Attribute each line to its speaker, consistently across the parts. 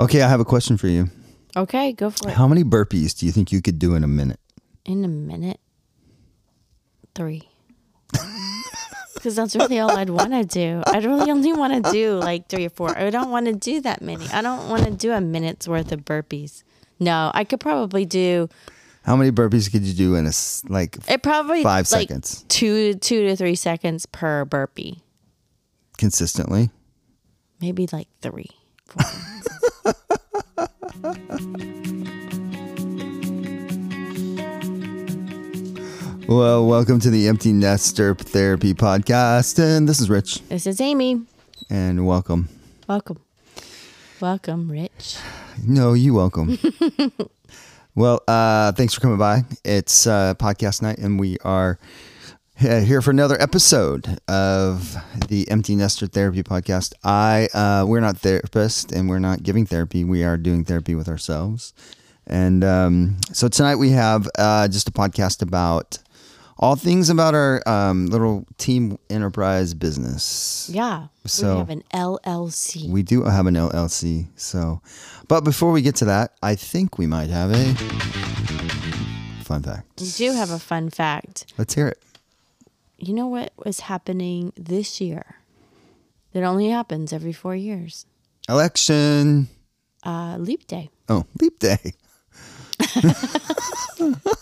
Speaker 1: Okay, I have a question for you.
Speaker 2: Okay, go for it.
Speaker 1: How many burpees do you think you could do in a minute?
Speaker 2: In a minute, three. Because that's really all I'd want to do. I'd really only want to do like three or four. I don't want to do that many. I don't want to do a minute's worth of burpees. No, I could probably do
Speaker 1: How many burpees could you do in a s- like?
Speaker 2: it. Probably
Speaker 1: Five
Speaker 2: like,
Speaker 1: seconds.
Speaker 2: Two, two to three seconds per burpee.
Speaker 1: consistently?
Speaker 2: Maybe like three. four.
Speaker 1: Well, welcome to the Empty Nest Derp Therapy Podcast, and this is Rich,
Speaker 2: this is Amy.
Speaker 1: and welcome.
Speaker 2: Welcome, welcome, Rich.
Speaker 1: No, you welcome. well, uh, thanks for coming by. It's uh, podcast night, and we are uh, here for another episode of the Empty Nester Therapy Podcast. I uh, we're not therapists, and we're not giving therapy. We are doing therapy with ourselves. And um, so tonight we have uh, just a podcast about all things about our um, little team enterprise business.
Speaker 2: Yeah.
Speaker 1: So-
Speaker 2: we have an LLC.
Speaker 1: We do have an LLC, so. But before we get to that, I think we might have a fun fact.
Speaker 2: we do have a fun fact.
Speaker 1: Let's hear it.
Speaker 2: you know what was happening this year that only happens every four years
Speaker 1: Election.
Speaker 2: uh, leap day
Speaker 1: Oh, leap day.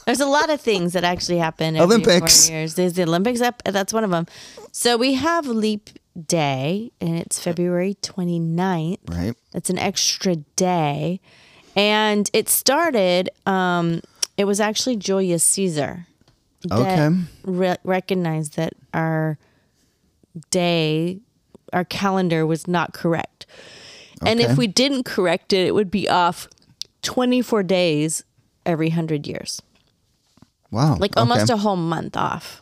Speaker 2: there's a lot of things that actually happen every
Speaker 1: Olympics.
Speaker 2: four years there's the olympics up uh, that's one of them so we have leap day and it's february 29th
Speaker 1: Right.
Speaker 2: It's an extra day. And it started, um, it was actually Julius Caesar that
Speaker 1: Okay.
Speaker 2: re- recognized that our day, our calendar was not correct. And
Speaker 1: Okay.
Speaker 2: if we didn't correct it, it would be off 24 days every 100 years,
Speaker 1: Wow.
Speaker 2: like almost a whole month off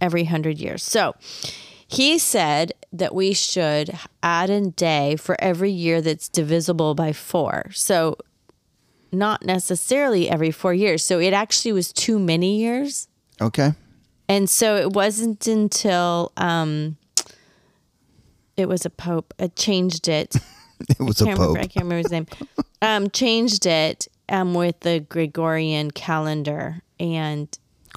Speaker 2: every 100 years. So he said that we should add a day for every year that's divisible by four. So not necessarily every four years. So it actually was too many years.
Speaker 1: a. Okay.
Speaker 2: And so it wasn't until um, it was a pope, uh, changed it.
Speaker 1: It was a
Speaker 2: can't remember,
Speaker 1: pope.
Speaker 2: I can't remember his name. um, changed it um, with the Gregorian calendar and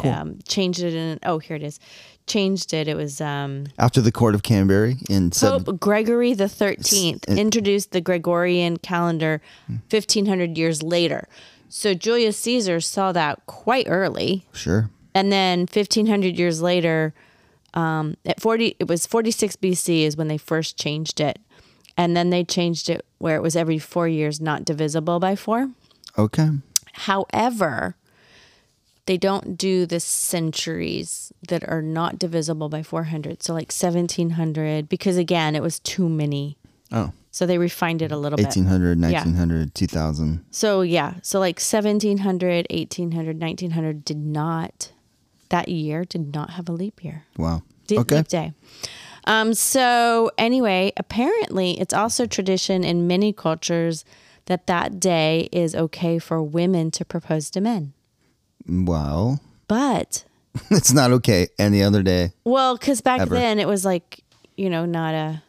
Speaker 2: um, changed it in. Oh, here it is. Changed it. It was um,
Speaker 1: After the court of Canterbury in seven.
Speaker 2: Pope Gregory the Thirteenth introduced the Gregorian calendar fifteen hundred years later. So Julius Caesar saw that quite early,
Speaker 1: Sure.
Speaker 2: and then fifteen hundred years later, um, at forty, it was forty six BC is when they first changed it, and then they changed it where it was every four years, not divisible by four.
Speaker 1: Okay.
Speaker 2: However, they don't do the centuries that are not divisible by 400. So, like 1700, because again, it was too many.
Speaker 1: Oh.
Speaker 2: So, they refined it a little bit.
Speaker 1: 1800, 1900, 2000.
Speaker 2: So, yeah. So, like 1700, 1800, 1900 did not, that year did not have a leap year.
Speaker 1: Wow.
Speaker 2: Did
Speaker 1: okay.
Speaker 2: leap day. Um, so anyway, apparently it's also tradition in many cultures that that day is okay for women to propose to men.
Speaker 1: Wow.
Speaker 2: But
Speaker 1: it's not okay. And the other day.
Speaker 2: well, because back
Speaker 1: Ever.
Speaker 2: then it was like you know not a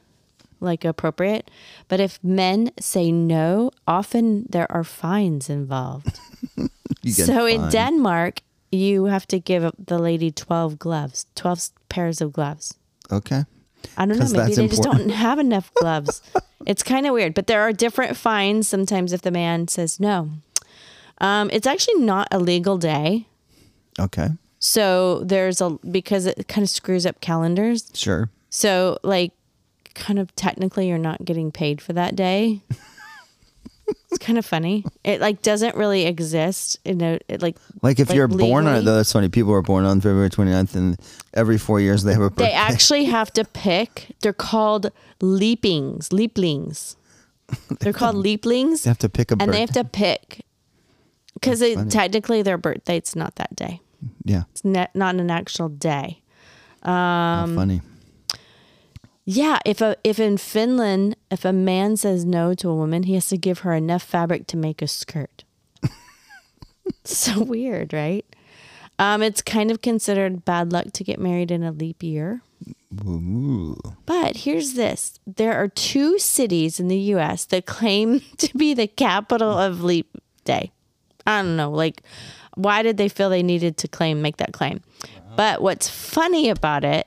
Speaker 2: like appropriate. But if men say no, often there are fines involved.
Speaker 1: You get
Speaker 2: so in
Speaker 1: fined.
Speaker 2: Denmark, you have to give the lady twelve gloves, twelve s- pairs of gloves.
Speaker 1: Okay.
Speaker 2: I don't know.
Speaker 1: 'Cause
Speaker 2: Maybe
Speaker 1: that's
Speaker 2: they just
Speaker 1: important.
Speaker 2: don't have enough gloves. it's kind of weird, but there are different fines sometimes if the man says no. Um, it's actually not a legal day.
Speaker 1: Okay.
Speaker 2: So there's a because it kind of screws up calendars.
Speaker 1: Sure.
Speaker 2: So like kind of technically you're not getting paid for that day. it's kind of funny. It like doesn't really exist. You know, it like
Speaker 1: Like if
Speaker 2: Like,
Speaker 1: you're born on it,
Speaker 2: legally?
Speaker 1: though, that's funny. People are born on February 29th, and every four years they have a
Speaker 2: they
Speaker 1: birthday.
Speaker 2: actually have to pick. They're called leapings, leaplings. They're called leaplings.
Speaker 1: They have to pick a
Speaker 2: and
Speaker 1: birthday.
Speaker 2: they have to pick because technically their birthday's not that day.
Speaker 1: yeah,
Speaker 2: It's ne- not an actual day.
Speaker 1: how
Speaker 2: um,
Speaker 1: funny.
Speaker 2: Yeah, if a if in Finland, if a man says no to a woman, he has to give her enough fabric to make a skirt. so weird, right? Um, it's kind of considered bad luck to get married in a leap year.
Speaker 1: Ooh.
Speaker 2: But here's this there are two cities in the U.S. that claim to be the capital of Leap Day. I don't know, like, why did they feel they needed to claim make that claim? But what's funny about it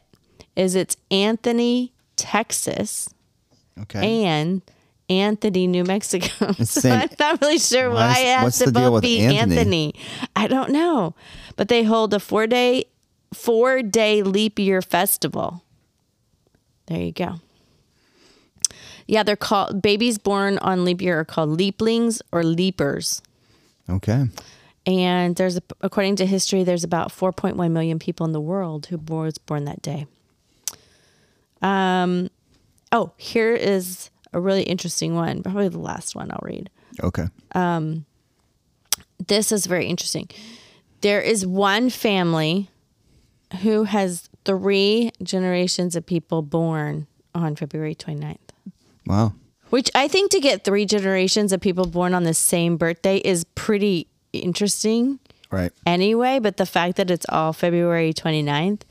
Speaker 2: is it's Anthony, Texas,
Speaker 1: Okay.
Speaker 2: and Anthony, New Mexico.
Speaker 1: It's
Speaker 2: so
Speaker 1: same-
Speaker 2: I'm not really sure why,
Speaker 1: Why is-
Speaker 2: it has
Speaker 1: what's
Speaker 2: to
Speaker 1: the deal
Speaker 2: both
Speaker 1: with
Speaker 2: be Anthony?
Speaker 1: Anthony?
Speaker 2: I don't know, but they hold a four day, four day leap year festival. There you go. Yeah, they're called babies born on leap year are called leaplings or leapers.
Speaker 1: okay.
Speaker 2: And there's, according to history, there's about 4.1 million people in the world who was born that day. Um, oh, here is a really interesting one, probably the last one I'll read.
Speaker 1: Okay.
Speaker 2: This is very interesting. There is one family who has three generations of people born on February 29th,
Speaker 1: Wow.
Speaker 2: which I think to get three generations of people born on the same birthday is pretty interesting.
Speaker 1: Right.
Speaker 2: anyway, but the fact that it's all February 29th,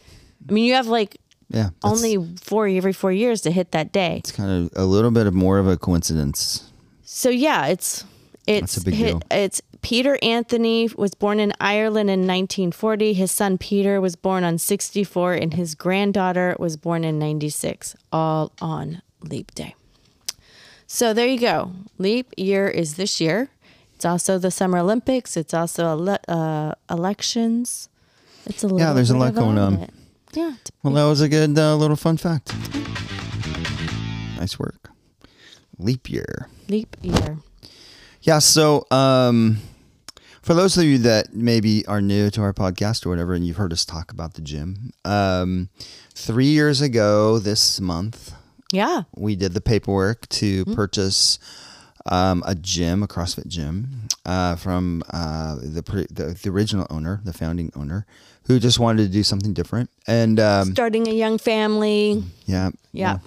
Speaker 2: I mean, you have like
Speaker 1: Yeah. that's-
Speaker 2: only four every four years to hit that day.
Speaker 1: it's kind of a little bit of more of a coincidence.
Speaker 2: So yeah, it's it's
Speaker 1: a big
Speaker 2: hi-
Speaker 1: deal.
Speaker 2: it's Peter Anthony was born in Ireland in 1940. His son Peter was born on 64, and his granddaughter was born in 96. All on Leap Day. So there you go. Leap year is this year. It's also the Summer Olympics. It's also ele- uh, elections. It's a little
Speaker 1: there's a
Speaker 2: bit
Speaker 1: lot
Speaker 2: of all
Speaker 1: going
Speaker 2: of
Speaker 1: on.
Speaker 2: it. Yeah, it's
Speaker 1: Well, that was a good uh, little fun fact. Nice work. Leap year.
Speaker 2: leap year.
Speaker 1: Yeah. So, um, for those of you that maybe are new to our podcast or whatever, and you've heard us talk about the gym, um, three years ago this month,
Speaker 2: Yeah,
Speaker 1: we did the paperwork to
Speaker 2: Hmm?
Speaker 1: purchase um, a gym, a CrossFit gym, uh, from uh, the, pre- the the original owner, the founding owner, who just wanted to do something different. And um,
Speaker 2: starting a young family.
Speaker 1: Mm, yeah,
Speaker 2: Yeah.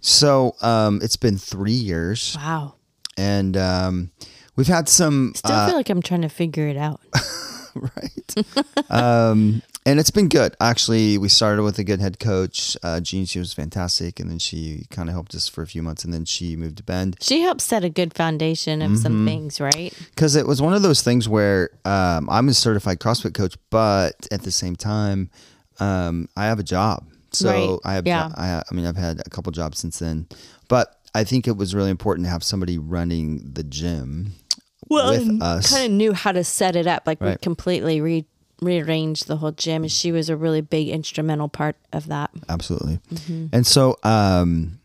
Speaker 1: So um, it's been three years,
Speaker 2: Wow.
Speaker 1: and um, we've had some
Speaker 2: Still feel like I'm trying to figure it out.
Speaker 1: right? um, and it's been good. Actually, we started with a good head coach, uh, Jean. She was fantastic, and then she kind of helped us for a few months, and then she moved to Bend
Speaker 2: She helped set a good foundation of
Speaker 1: Mm-hmm.
Speaker 2: some things, right?
Speaker 1: because it was one of those things where um, I'm a certified CrossFit coach, but at the same time, um, I have a job. So
Speaker 2: Right,
Speaker 1: I have,
Speaker 2: yeah.
Speaker 1: I, I mean, I've had a couple jobs since then, but I think it was really important to have somebody running the gym with us.
Speaker 2: kind of knew how to set it up. Like we
Speaker 1: Right.
Speaker 2: completely re- rearranged the whole gym, and she was a really big instrumental part of that.
Speaker 1: absolutely. And so, um,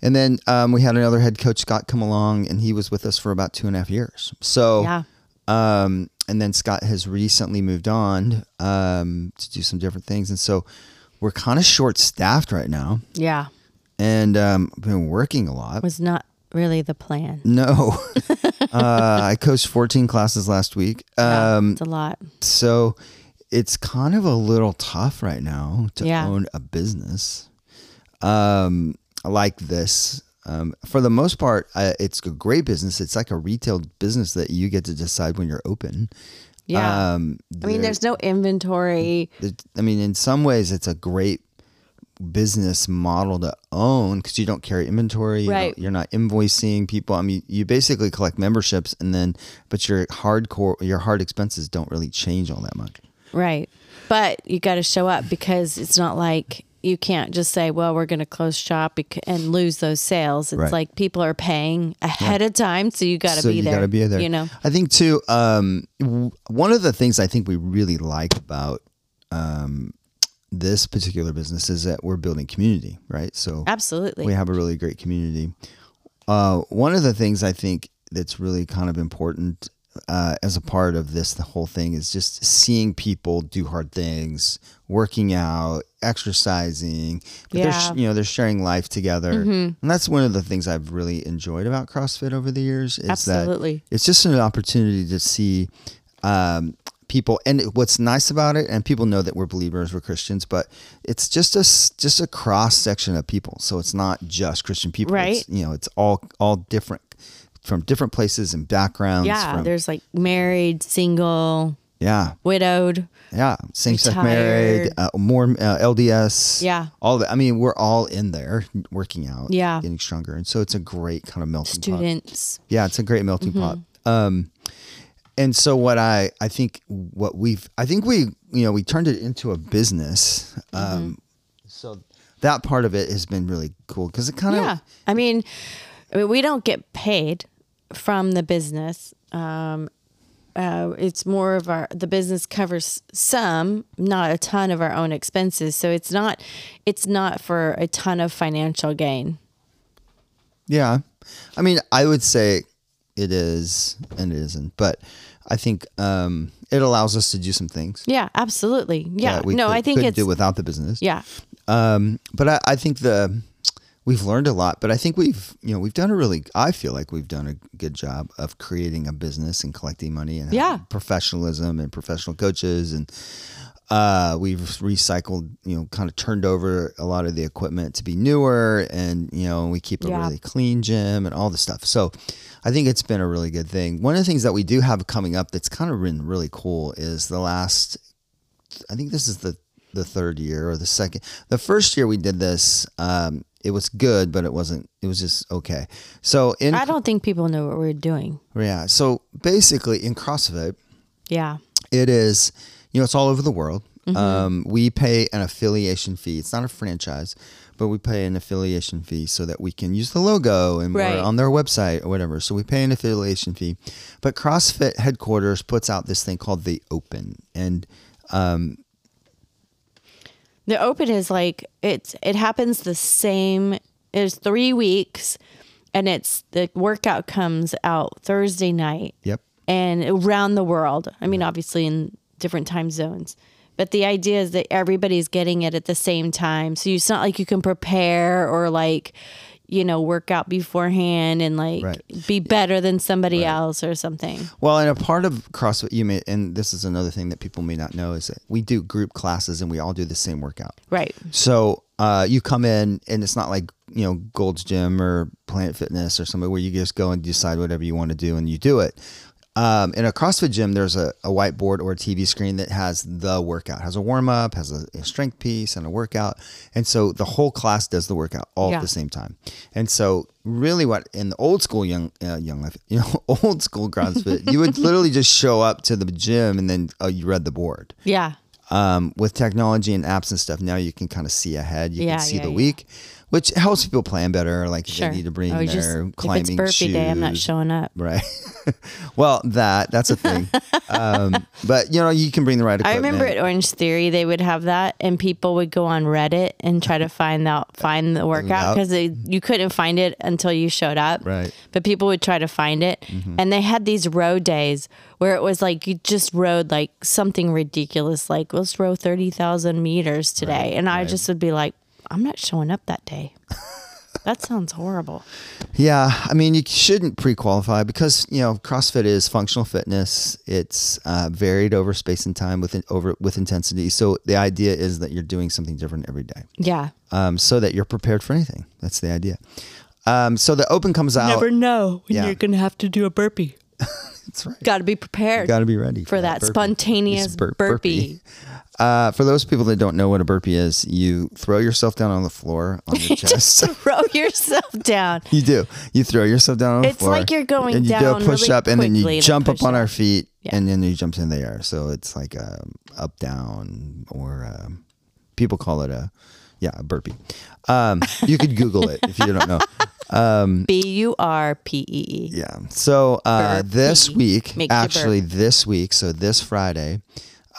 Speaker 1: and then um, we had another head coach, Scott, come along, and he was with us for about two and a half years. So,
Speaker 2: Yeah.
Speaker 1: um, and then Scott has recently moved on um, to do some different things, and so we're kind of short staffed right now,
Speaker 2: Yeah,
Speaker 1: and um, been working a lot.
Speaker 2: was not really the plan.
Speaker 1: No, uh, I coached 14 classes last week,
Speaker 2: Yeah,
Speaker 1: um,
Speaker 2: it's a lot.
Speaker 1: so it's kind of a little tough right now to
Speaker 2: Yeah.
Speaker 1: own a business um, like this. Um, for the most part, uh, it's a great business. It's like a retail business that you get to decide when you're open.
Speaker 2: Yeah,
Speaker 1: Um,
Speaker 2: I mean,
Speaker 1: there-
Speaker 2: there's no inventory.
Speaker 1: it- I mean, in some ways, it's a great business model to own because you don't carry inventory. you don't-
Speaker 2: Right.
Speaker 1: You're not invoicing people. I mean, you basically collect memberships, and then but your hardcore, your hard expenses don't really change all that much.
Speaker 2: Right. But you got to show up because it's not like you can't just say, well, we're going to close shop bec- and lose those sales. It's
Speaker 1: Right.
Speaker 2: like people are paying ahead of time. So you got to
Speaker 1: so
Speaker 2: be
Speaker 1: you
Speaker 2: there.
Speaker 1: gotta be there.
Speaker 2: You know?
Speaker 1: I think too. Um, w- one of the things I think we really like about um, this particular business is that we're building community, right? So
Speaker 2: Absolutely.
Speaker 1: we have a really great community. Uh, one of the things I think that's really kind of important uh, as a part of this, the whole thing is just seeing people do hard things, working out, exercising. But they're sh-
Speaker 2: Yeah. Mm-hmm.
Speaker 1: you know they're sharing life together, and that's one of the things I've really enjoyed about CrossFit over the years. Is
Speaker 2: Absolutely.
Speaker 1: that it's just an opportunity to see. Um, people and what's nice about it and people know that we're believers we're christians but it's just a s- just a cross section of people so it's not just christian people
Speaker 2: Right.
Speaker 1: it's, you know it's all all different from different places and backgrounds
Speaker 2: yeah.
Speaker 1: from
Speaker 2: There's like married, single,
Speaker 1: Yeah.
Speaker 2: widowed.
Speaker 1: Yeah. Same sex
Speaker 2: Retired.
Speaker 1: married, uh, more uh, LDS.
Speaker 2: Yeah.
Speaker 1: All that. I mean, we're all in there working out.
Speaker 2: Yeah.
Speaker 1: Getting stronger. And so it's a great kind of melting pot.
Speaker 2: Students.
Speaker 1: Yeah, it's a great melting
Speaker 2: Mm-hmm.
Speaker 1: pot. Um, and so what I I think what we've I think we you know we turned it into a business.
Speaker 2: Mm-hmm.
Speaker 1: Um, so that part of it has been really cool because it kind of
Speaker 2: Yeah. I mean, I mean, we don't get paid from the business. Um, uh, it's more of our the business covers some, not a ton of our own expenses. So it's not it's not for a ton of financial gain.
Speaker 1: yeah. I mean, I would say it is and it isn't, but I think um, it allows us to do some things.
Speaker 2: Yeah, absolutely. Yeah.
Speaker 1: that we
Speaker 2: no,
Speaker 1: could,
Speaker 2: I think
Speaker 1: couldn't
Speaker 2: it's
Speaker 1: do without the business.
Speaker 2: yeah.
Speaker 1: Um, but I, I think the we've learned a lot. But I think we've you know we've done a really I feel like we've done a good job of creating a business and collecting money and
Speaker 2: Yeah.
Speaker 1: having professionalism and professional coaches and uh, we've recycled you know kind of turned over a lot of the equipment to be newer and you know we keep a
Speaker 2: Yeah.
Speaker 1: really clean gym and all the stuff. So I think it's been a really good thing. One of the things that we do have coming up that's kind of been really cool is the last I think this is the the third year or the second. The first year we did this, um, it was good, but it wasn't. It was just okay. So in
Speaker 2: I don't think people know what we're doing.
Speaker 1: yeah, so basically in CrossFit,
Speaker 2: Yeah.
Speaker 1: it is you know it's all over the world.
Speaker 2: Mm-hmm.
Speaker 1: Um, we pay an affiliation fee. It's not a franchise, but we pay an affiliation fee so that we can use the logo and
Speaker 2: Right.
Speaker 1: we're on their website or whatever. So we pay an affiliation fee, but CrossFit headquarters puts out this thing called the Open, and
Speaker 2: The open is like it's it happens the same. It's three weeks, and it's the workout comes out Thursday night,
Speaker 1: yep,
Speaker 2: and around the world. I mean, obviously in different time zones, but the idea is that everybody's getting it at the same time. So it's not like you can prepare or like you know work out beforehand and like
Speaker 1: Right.
Speaker 2: be better than somebody else or something.
Speaker 1: Well, and a part of CrossFit, you may, and this is another thing that people may not know, is that we do group classes and we all do the same workout.
Speaker 2: Right.
Speaker 1: So uh, you come in, and it's not like you know Gold's Gym or Planet Fitness or somebody where you just go and decide whatever you want to do and you do it. Um, in a CrossFit gym, there's a, a whiteboard or a TV screen that has the workout, has a warm up, has a, a strength piece, and a workout, and so the whole class does the workout all
Speaker 2: Yeah.
Speaker 1: at the same time. And so, really, what in the old school young uh, young life, you know, old school CrossFit, you would literally just show up to the gym and then uh, you read the board
Speaker 2: Yeah.
Speaker 1: um, with technology and apps and stuff, now you can kind of see ahead. You
Speaker 2: Yeah,
Speaker 1: can see
Speaker 2: yeah,
Speaker 1: the
Speaker 2: yeah.
Speaker 1: week, which helps people plan better. Like if
Speaker 2: Sure.
Speaker 1: they need to bring
Speaker 2: Oh,
Speaker 1: their
Speaker 2: just-
Speaker 1: climbing
Speaker 2: if it's burpee
Speaker 1: shoes.
Speaker 2: day, I'm not showing up.
Speaker 1: Right. well, that that's a thing. um, but you know, you can bring the right
Speaker 2: I
Speaker 1: equipment.
Speaker 2: remember at Orange Theory they would have that, and people would go on Reddit and try to find out find the
Speaker 1: out.
Speaker 2: workout because you couldn't find it until you showed up.
Speaker 1: Right. Mm-hmm.
Speaker 2: But people would try to find it, and they had these row days where it was like you just rode like something ridiculous, like let's row thirty thousand meters today, and I just would be like, I'm not showing up that day. that sounds horrible.
Speaker 1: Yeah, I mean, you shouldn't pre-qualify because you know CrossFit is functional fitness. It's uh, varied over space and time with over with intensity. So the idea is that you're doing something different every day,
Speaker 2: Yeah.
Speaker 1: um, so that you're prepared for anything. That's the idea. Um, so the open comes out.
Speaker 2: know when
Speaker 1: Yeah. you're
Speaker 2: gonna have to do a burpee.
Speaker 1: That's right.
Speaker 2: Got to be prepared
Speaker 1: Got to be ready
Speaker 2: for that,
Speaker 1: burpee.
Speaker 2: spontaneous
Speaker 1: It's bur-
Speaker 2: burpee.
Speaker 1: Uh, for those people that don't know what a burpee is, you throw yourself down on the floor on your chest.
Speaker 2: throw yourself down.
Speaker 1: you do. You throw yourself down on the
Speaker 2: It's
Speaker 1: floor.
Speaker 2: like you're going
Speaker 1: and you
Speaker 2: down
Speaker 1: do a push
Speaker 2: really
Speaker 1: up, and then
Speaker 2: quickly
Speaker 1: you
Speaker 2: and
Speaker 1: jump
Speaker 2: push
Speaker 1: up on
Speaker 2: up.
Speaker 1: our feet, and then you jump in the air. So it's like a up down, or um, people call it a yeah a burpee. Um, you could Google it if you don't know. Mm.
Speaker 2: B U R P E E.
Speaker 1: Yeah. So uh,
Speaker 2: Burpee.
Speaker 1: this week,
Speaker 2: Makes you
Speaker 1: actually this week, so this Friday,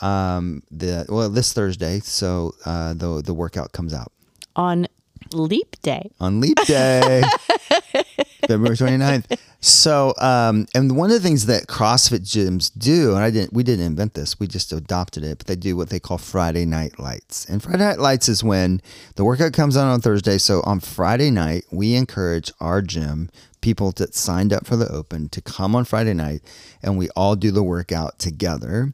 Speaker 1: um, the well this Thursday, so uh, the the workout comes out
Speaker 2: On leap day.
Speaker 1: on Leap Day, February 29th. So um, and one of the things that CrossFit gyms do, and I didn't, we didn't invent this, we just adopted it, but they do what they call Friday night lights. And Friday night lights is when the workout comes out on Thursday. So on Friday night, we encourage our gym people that signed up for the open to come on Friday night and we all do the workout together.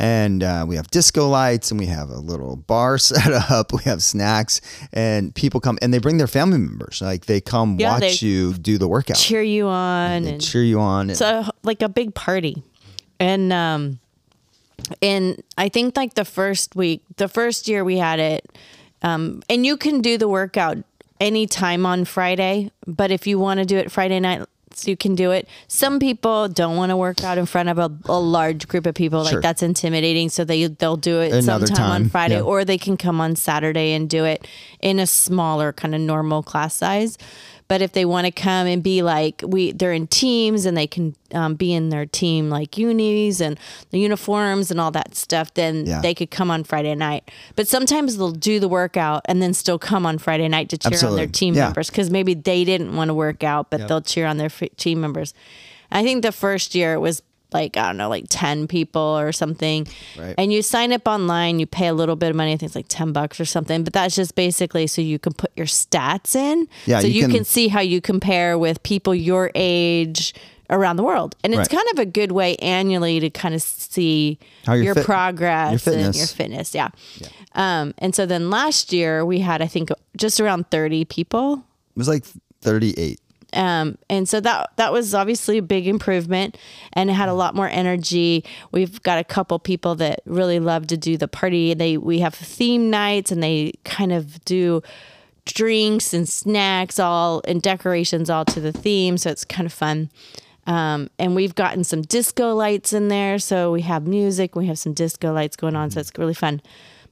Speaker 1: And uh, we have disco lights and we have a little bar set up. We have snacks and people come and they bring their family members. Like they come
Speaker 2: Yeah,
Speaker 1: watch
Speaker 2: they-
Speaker 1: you do the workout,
Speaker 2: Cheer you on.
Speaker 1: They
Speaker 2: And
Speaker 1: cheer you on. and-
Speaker 2: it's a, like a big party. And um, in I think like the first week, the first year we had it, um, and you can do the workout anytime on Friday, but if you want to do it Friday night, you can do it. Some people don't want to work out in front of a, a large group of people, like
Speaker 1: Sure.
Speaker 2: that's intimidating, so they they'll do it
Speaker 1: Another
Speaker 2: sometime on
Speaker 1: time,
Speaker 2: Friday,
Speaker 1: yeah.
Speaker 2: or they can come on Saturday and do it in a smaller kind of normal class size. But if they want to come and be like we, they're in teams and they can um, be in their team like unis and the uniforms and all that stuff. Then
Speaker 1: Yeah.
Speaker 2: they could come on Friday night. But sometimes they'll do the workout and then still come on Friday night to cheer on
Speaker 1: Absolutely.
Speaker 2: their team
Speaker 1: Yeah.
Speaker 2: members because maybe they didn't want to work out, but they'll cheer on their f- team members. I think the first year it was like I don't know, like ten people or something,
Speaker 1: Right.
Speaker 2: and you sign up online. You pay a little bit of money. I think it's like ten bucks or something. But that's just basically so you can put your stats in.
Speaker 1: Yeah,
Speaker 2: so
Speaker 1: you
Speaker 2: you
Speaker 1: can-
Speaker 2: can see how you compare with people your age around the world, and it's
Speaker 1: Right.
Speaker 2: kind of a good way annually to kind of see
Speaker 1: How you're
Speaker 2: your
Speaker 1: fit-
Speaker 2: progress,
Speaker 1: your
Speaker 2: and
Speaker 1: fitness.
Speaker 2: your fitness. Yeah. Um, and so then last year we had I think just around thirty people
Speaker 1: It was like 38.
Speaker 2: um, and so that that was obviously a big improvement and it had a lot more energy we've got a couple people that really love to do the party they we have theme nights and they kind of do drinks and snacks all and decorations all to the theme so it's kind of fun um, and we've gotten some disco lights in there so we have music we have some disco lights going on so it's really fun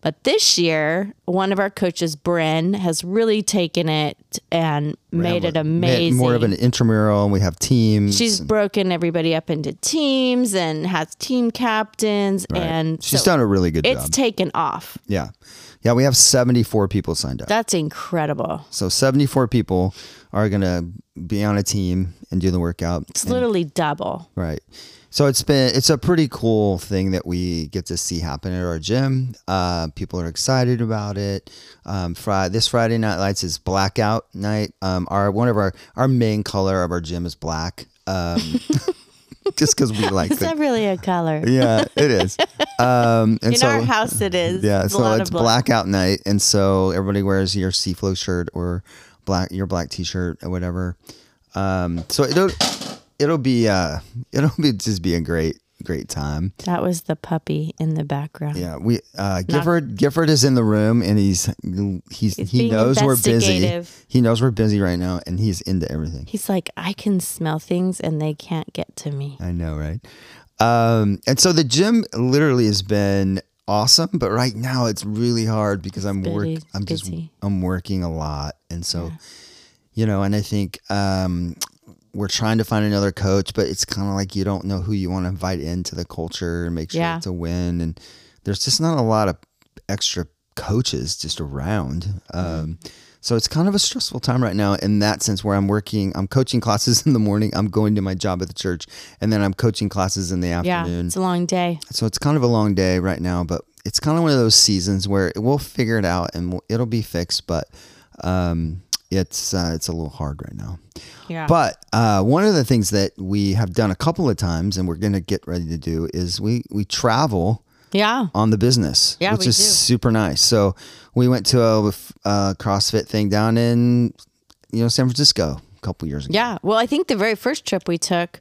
Speaker 2: but this year one of our coaches bren has really taken it and made it
Speaker 1: Made
Speaker 2: amazing
Speaker 1: More of an intramural, and we have teams.
Speaker 2: she's broken everybody up into teams and has team captains and
Speaker 1: She's
Speaker 2: so
Speaker 1: done a really good
Speaker 2: it's
Speaker 1: job.
Speaker 2: taken off
Speaker 1: yeah. Yeah, we have 74 people signed up.
Speaker 2: that's incredible
Speaker 1: so 74 people are going to be on a team and do the workout.
Speaker 2: it's literally double
Speaker 1: Right. So it's been it's a pretty cool thing that we get to see happen at our gym. Uh, people are excited about it. Um, Friday this Friday night lights is blackout night. Um, our one of our our main color of our gym is black. Um, just because we like
Speaker 2: is that
Speaker 1: the,
Speaker 2: really a color
Speaker 1: yeah it is. Um, and
Speaker 2: in
Speaker 1: so
Speaker 2: our house it is
Speaker 1: yeah,
Speaker 2: It's a
Speaker 1: so
Speaker 2: lot
Speaker 1: it's
Speaker 2: of black.
Speaker 1: blackout night, and so everybody wears your Seaflow shirt or black your black T-shirt or whatever. Um, so it'll it'll be uh, it'll be just be a great great time.
Speaker 2: that was the puppy in the background
Speaker 1: Yeah, we uh, Gifford Gifford is in the room, and he's he's, he
Speaker 2: being
Speaker 1: knows we're busy.
Speaker 2: investigative.
Speaker 1: He knows we're busy right now, and he's into everything.
Speaker 2: he's like i can smell things and they can't get to me
Speaker 1: I know, right? Um, and so the gym literally has been awesome, but right now it's really hard because I'm work.
Speaker 2: busy-
Speaker 1: I'm just
Speaker 2: busy.
Speaker 1: I'm working a lot, and so you know, and I think um, we're trying to find another coach, but it's kind of like you don't know who you want to invite into the culture and make sure
Speaker 2: Yeah.
Speaker 1: it's a win. And there's just not a lot of extra coaches just around.
Speaker 2: Mm-hmm.
Speaker 1: Um, so it's kind of a stressful time right now in that sense where I'm working, I'm coaching classes in the morning, I'm going to my job at the church, and then I'm coaching classes in the
Speaker 2: yeah
Speaker 1: afternoon.
Speaker 2: it's a long day
Speaker 1: So it's kind of a long day right now, but it's kind of one of those seasons where we'll figure it out and we'll, it'll be fixed, but um, it's uh, it's a little hard right now.
Speaker 2: yeah
Speaker 1: But uh, one of the things that we have done a couple of times and we're going to get ready to do is we, we travel
Speaker 2: yeah
Speaker 1: on the business,
Speaker 2: Yeah,
Speaker 1: which
Speaker 2: we
Speaker 1: is
Speaker 2: do.
Speaker 1: super nice. So we went to a, a CrossFit thing down in you know San Francisco a couple years ago.
Speaker 2: Yeah. Well, I think the very first trip we took,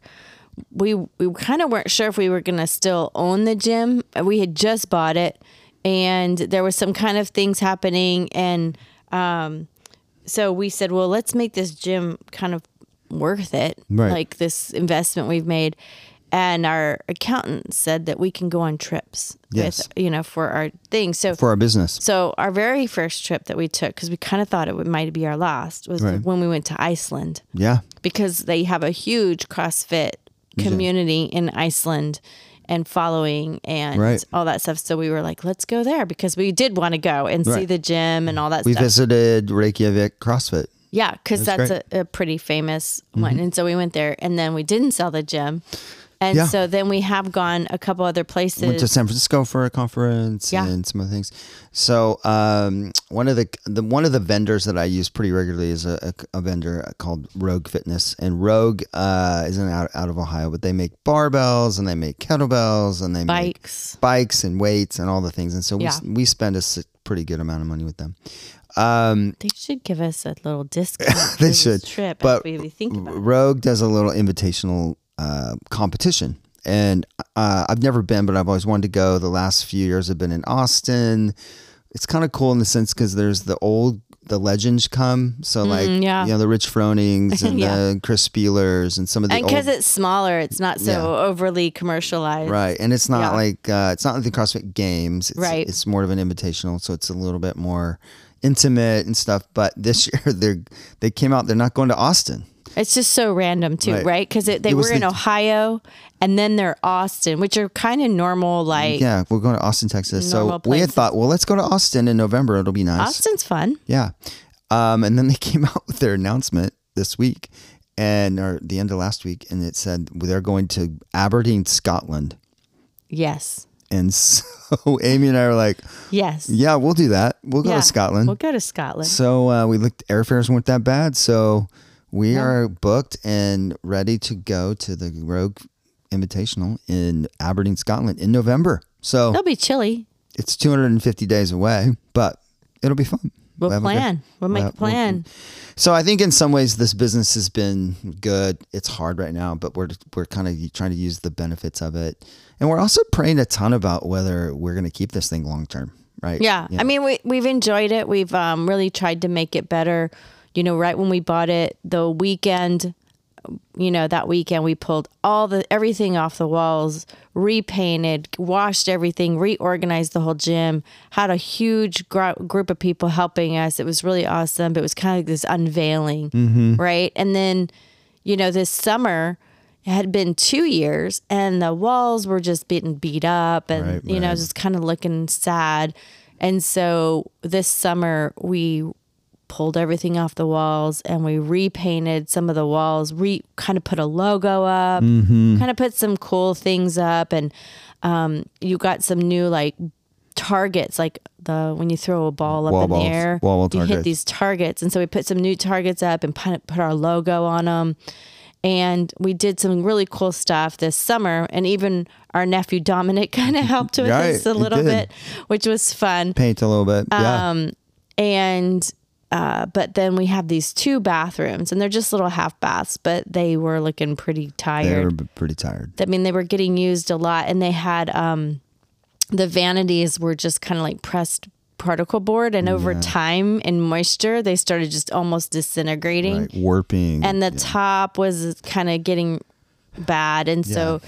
Speaker 2: we we kind of weren't sure if we were going to still own the gym. We had just bought it, and there was some kind of things happening, and um, so we said, well, let's make this gym kind of worth it,
Speaker 1: Right.
Speaker 2: like this investment we've made. And our accountant said that we can go on trips
Speaker 1: Yes.
Speaker 2: with, you know, for our thing. So
Speaker 1: for our business.
Speaker 2: so our very first trip that we took, because we kind of thought it would, might be our last, was
Speaker 1: Right.
Speaker 2: when we went to Iceland
Speaker 1: Yeah,
Speaker 2: because they have a huge CrossFit community in Iceland and following and
Speaker 1: Right.
Speaker 2: all that stuff. So we were like, let's go there because we did want to go and see
Speaker 1: Right.
Speaker 2: the gym and all that
Speaker 1: we
Speaker 2: stuff.
Speaker 1: visited Reykjavik CrossFit.
Speaker 2: yeah, because
Speaker 1: That's Mm-hmm.
Speaker 2: that's, a, a pretty famous one. And so we went there and then we didn't sell the gym. And
Speaker 1: Yeah.
Speaker 2: so then we have gone a couple other places.
Speaker 1: Went to San Francisco for a conference
Speaker 2: Yeah.
Speaker 1: and some other things. So um, one of the, the one of the vendors that I use pretty regularly is a, a, a vendor called Rogue Fitness, and Rogue uh, is in, out, out of Ohio, but they make barbells and they make kettlebells and they make
Speaker 2: bikes.
Speaker 1: bikes and weights and all the things. And so
Speaker 2: Yeah.
Speaker 1: we, we spend a s- pretty good amount of money with them. Um,
Speaker 2: They should give us a little discount. for
Speaker 1: They
Speaker 2: this
Speaker 1: should,
Speaker 2: Trip
Speaker 1: but mm,
Speaker 2: if we think about it.
Speaker 1: Rogue does a little invitational uh, competition. And uh, I've never been, but I've always wanted to go. The last few years have been in Austin. It's kind of cool in the sense because there's the old, the legends come. So like,
Speaker 2: Mm, yeah.
Speaker 1: you know, the Rich Fronings and
Speaker 2: Yeah.
Speaker 1: the Chris Spielers and some of the
Speaker 2: And
Speaker 1: old
Speaker 2: because it's smaller, it's not so
Speaker 1: Yeah.
Speaker 2: overly commercialized.
Speaker 1: Right, and it's not
Speaker 2: Yeah.
Speaker 1: like uh, it's not like the CrossFit Games. It's,
Speaker 2: Right.
Speaker 1: it's more of an invitational, so it's a little bit more intimate and stuff. But this year they they came out. They're not going to Austin.
Speaker 2: It's just so random too,
Speaker 1: Right.
Speaker 2: right? Because they
Speaker 1: It was
Speaker 2: were in
Speaker 1: the-
Speaker 2: Ohio, and then they're Austin, which are kind of normal. Like
Speaker 1: Yeah, we're going to Austin, Texas. So
Speaker 2: Normal
Speaker 1: we had
Speaker 2: places.
Speaker 1: thought, well, let's go to Austin in November. It'll be nice.
Speaker 2: Austin's fun.
Speaker 1: Yeah, um, and then they came out with their announcement this week, and or the end of last week, and it said they're going to Aberdeen, Scotland.
Speaker 2: Yes,
Speaker 1: And so Amy and I were like,
Speaker 2: yes.
Speaker 1: yeah, we'll do that. We'll go
Speaker 2: Yeah.
Speaker 1: to Scotland.
Speaker 2: We'll go to Scotland.
Speaker 1: So uh, we looked airfares weren't that bad, so we are booked and ready to go to the Rogue Invitational in Aberdeen, Scotland in November. So
Speaker 2: It'll be chilly.
Speaker 1: it's 250 days away, but it'll be fun.
Speaker 2: We'll
Speaker 1: have a good-
Speaker 2: plan. We'll make
Speaker 1: we'll-
Speaker 2: a plan.
Speaker 1: So I think in some ways this business has been good. It's hard right now, but we're we're kind of trying to use the benefits of it, and we're also praying a ton about whether we're going to keep this thing long term, right?
Speaker 2: Yeah.
Speaker 1: You
Speaker 2: I
Speaker 1: know?
Speaker 2: mean, we, we've enjoyed it. We've um, really tried to make it better. You know, right when we bought it, the weekend, you know, that weekend we pulled all the everything off the walls, repainted, washed everything, reorganized the whole gym, had a huge gr- group of people helping us. It was really awesome, but it was kind of like this unveiling,
Speaker 1: Mm-hmm.
Speaker 2: right? And then, you know, this summer, it had been two years and the walls were just getting beat up and
Speaker 1: Right,
Speaker 2: you know
Speaker 1: right.
Speaker 2: just kind of looking sad and so this summer we pulled everything off the walls and we repainted some of the walls re kind of put a logo up
Speaker 1: Mm-hmm.
Speaker 2: kind of put some cool things up and um, you got some new like targets like the when you throw a ball up
Speaker 1: Wall
Speaker 2: in
Speaker 1: balls,
Speaker 2: the air
Speaker 1: wall ball
Speaker 2: you hit
Speaker 1: targets.
Speaker 2: these targets and so we put some new targets up and put, put our logo on them and we did some really cool stuff this summer and even our nephew dominic kind of helped with
Speaker 1: Right,
Speaker 2: us a
Speaker 1: he
Speaker 2: little
Speaker 1: did.
Speaker 2: bit which was fun
Speaker 1: paint a little bit. yeah.
Speaker 2: Um, and uh, but then we have these two bathrooms and they're just little half baths but they were looking pretty
Speaker 1: They
Speaker 2: tired
Speaker 1: were b- pretty tired.
Speaker 2: I mean, they were getting used a lot, and they had um, the vanities were just kind of like pressed particle board, and over time and moisture, they started just almost disintegrating,
Speaker 1: Like warping.
Speaker 2: and the top was kind of getting bad, and so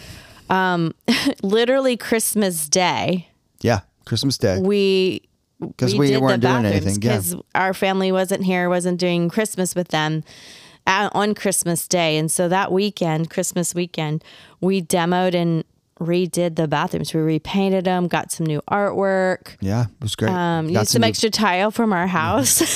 Speaker 2: um, literally Christmas Day
Speaker 1: yeah, Christmas Day.
Speaker 2: we.
Speaker 1: 'Cause we weren't doing anything, yeah.
Speaker 2: because our family wasn't here, wasn't doing Christmas with them at, on Christmas Day, and so that weekend, Christmas weekend, we demoed and redid the bathrooms. We repainted them, got some new artwork,
Speaker 1: yeah, it was great.
Speaker 2: um,
Speaker 1: got
Speaker 2: used some
Speaker 1: new-
Speaker 2: extra tile from our house,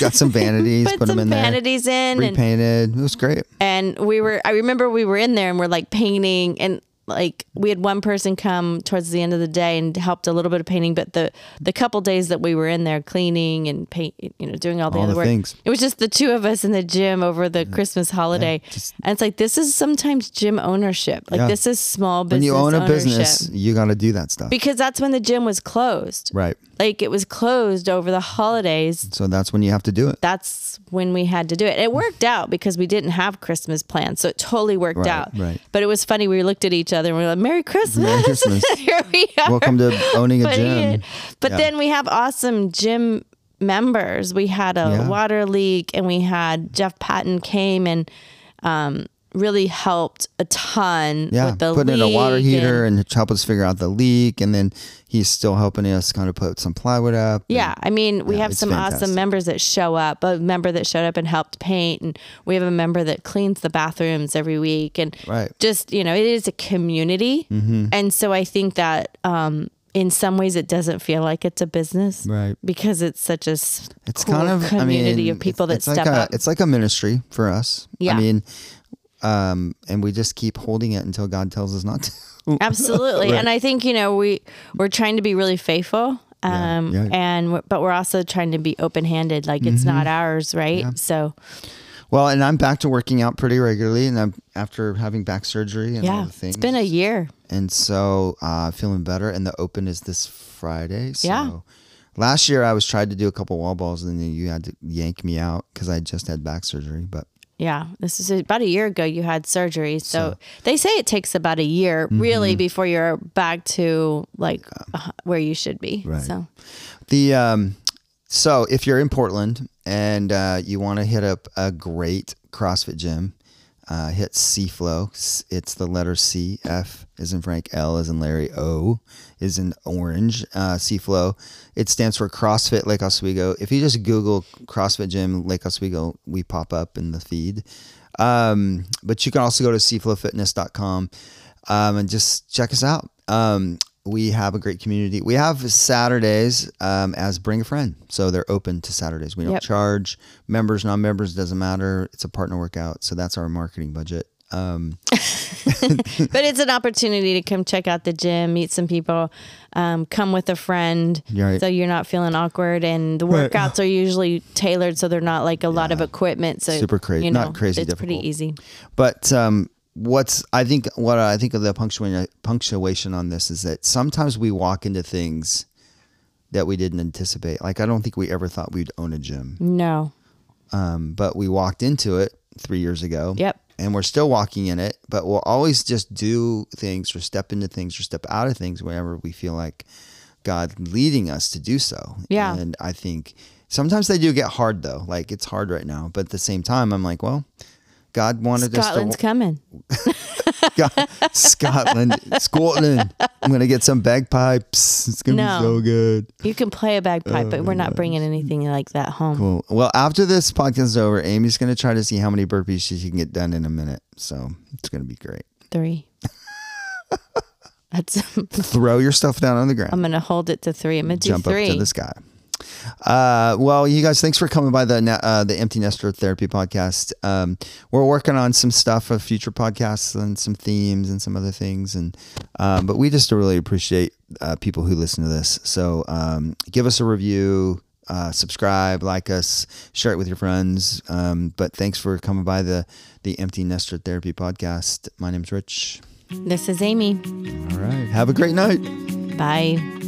Speaker 1: got some vanities, put,
Speaker 2: put
Speaker 1: them
Speaker 2: some
Speaker 1: in
Speaker 2: vanities in,
Speaker 1: there,
Speaker 2: and
Speaker 1: repainted. It was great.
Speaker 2: and we were i remember we were in there and we're like painting and like we had one person come towards the end of the day and helped a little bit of painting but the the couple days that we were in there cleaning and paint you know doing all the
Speaker 1: All
Speaker 2: other
Speaker 1: the
Speaker 2: work
Speaker 1: things.
Speaker 2: it was just the two of us in the gym over the christmas holiday
Speaker 1: just-
Speaker 2: and it's like this is sometimes gym ownership like
Speaker 1: Yeah.
Speaker 2: this is small
Speaker 1: When
Speaker 2: business
Speaker 1: you own a
Speaker 2: ownership.
Speaker 1: business, you got to do that stuff.
Speaker 2: because that's when the gym was closed
Speaker 1: right.
Speaker 2: like it was closed over the holidays
Speaker 1: So that's when you have to do it.
Speaker 2: that's when we had to do it. It worked out because we didn't have Christmas plans, so it totally worked
Speaker 1: Right,
Speaker 2: out.
Speaker 1: right.
Speaker 2: But it was funny. We looked at each other and we were like, "Merry Christmas!"
Speaker 1: Merry Christmas.
Speaker 2: Here we are.
Speaker 1: Welcome to owning a
Speaker 2: But, yeah.
Speaker 1: gym.
Speaker 2: But
Speaker 1: Yeah.
Speaker 2: then we have awesome gym members. We had a
Speaker 1: Yeah.
Speaker 2: water leak, and we had Jeff Patton came and um, really helped a ton
Speaker 1: Yeah,
Speaker 2: with the
Speaker 1: putting in a water
Speaker 2: leak and-
Speaker 1: heater and, help us figure out the leak, and then he's still helping us kind of put some plywood up. and-
Speaker 2: Yeah, I mean,
Speaker 1: Mm.
Speaker 2: we
Speaker 1: Yeah,
Speaker 2: have
Speaker 1: it's
Speaker 2: some
Speaker 1: fantastic.
Speaker 2: awesome members that show up. A member that showed up and helped paint, and we have a member that cleans the bathrooms every week, and
Speaker 1: Right. Mm-hmm.
Speaker 2: just you know, it is a community, and so I think that um, in some ways it doesn't feel like it's a business,
Speaker 1: Right.
Speaker 2: Because it's such a s-
Speaker 1: It's
Speaker 2: cool
Speaker 1: kind of I
Speaker 2: community
Speaker 1: mean,
Speaker 2: of people
Speaker 1: it's,
Speaker 2: that
Speaker 1: it's
Speaker 2: step
Speaker 1: like
Speaker 2: up.
Speaker 1: A, it's like a ministry for us. I
Speaker 2: Yeah.
Speaker 1: mean, um, and we just keep holding it until God tells us not to.
Speaker 2: Absolutely. And I think, you know, we we're trying to be really faithful. Um
Speaker 1: yeah. Mm-hmm.
Speaker 2: and w- but we're also trying to be open-handed like it's not ours, right? So
Speaker 1: Well, and I'm back to working out pretty regularly, and I'm after having back surgery and all
Speaker 2: yeah,
Speaker 1: the things.
Speaker 2: it's been a year.
Speaker 1: and so uh, feeling better. And the open is this Friday. So
Speaker 2: Yeah.
Speaker 1: Last year I was tried to do a couple wall balls, and then you had to yank me out because I just had back surgery. But
Speaker 2: Yeah, this is about a year ago you had surgery. So, they say it takes about a year
Speaker 1: Mm-hmm.
Speaker 2: really before you're back to like uh, where you should be.
Speaker 1: Right.
Speaker 2: So,
Speaker 1: The um, so if you're in Portland and uh, you want to hit up a great CrossFit gym, uh, hit C-Flow. S- It's the letter C, F is in Frank, L is in Larry, O is in Orange. Uh, C-Flow. It stands for CrossFit Lake Oswego. If you just Google CrossFit Gym Lake Oswego, we pop up in the feed. Um, but you can also go to cflowfitness.com um, and just check us out. Um, we have a great community. We have Saturdays um, as Bring a Friend. So they're open to Saturdays. We don't
Speaker 2: Yep.
Speaker 1: charge members, non members, doesn't matter. It's a partner workout. So that's our marketing budget. Um,
Speaker 2: but it's an opportunity to come check out the gym, meet some people, um, come with a friend,
Speaker 1: Right.
Speaker 2: so you're not feeling awkward. And the
Speaker 1: Right.
Speaker 2: workouts are usually tailored, so they're not like a lot of equipment. So
Speaker 1: Super crazy-
Speaker 2: you
Speaker 1: not
Speaker 2: know,
Speaker 1: crazy
Speaker 2: It's
Speaker 1: difficult.
Speaker 2: pretty easy.
Speaker 1: But um, what's I think what I think of the punctuation punctuation on this is that sometimes we walk into things that we didn't anticipate. Like I don't think we ever thought we'd own a gym,
Speaker 2: No,
Speaker 1: um, but we walked into it three years ago.
Speaker 2: Yep.
Speaker 1: And we're still walking in it, but we'll always just do things or step into things or step out of things whenever we feel like God leading us to do so.
Speaker 2: Yeah.
Speaker 1: And I think sometimes they do get hard though. Like it's hard right now, but at the same time, I'm like, well, God wanted us to
Speaker 2: Scotland's coming.
Speaker 1: God, Scotland, Scotland. I'm gonna get some bagpipes. It's gonna
Speaker 2: No.
Speaker 1: be so good.
Speaker 2: You can play a bagpipe, but we're not bringing anything like that home.
Speaker 1: Uh, Cool. Well, after this podcast is over, Amy's gonna try to see how many burpees she can get done in a minute. So it's gonna be great.
Speaker 2: Three. That's.
Speaker 1: Throw your stuff down on the ground.
Speaker 2: I'm gonna hold it to three. I'm gonna do
Speaker 1: jump
Speaker 2: three.
Speaker 1: up to the sky. Uh, well, you guys, thanks for coming by the na- uh, the Empty Nester Therapy podcast. Um, we're working on some stuff of future podcasts and some themes and some other things, and um, but we just really appreciate uh, people who listen to this. So um, give us a review, uh, subscribe, like us, share it with your friends. Um, but thanks for coming by the the Empty Nester Therapy podcast. My name's Rich.
Speaker 2: This is Amy.
Speaker 1: All right, have a great night.
Speaker 2: Bye.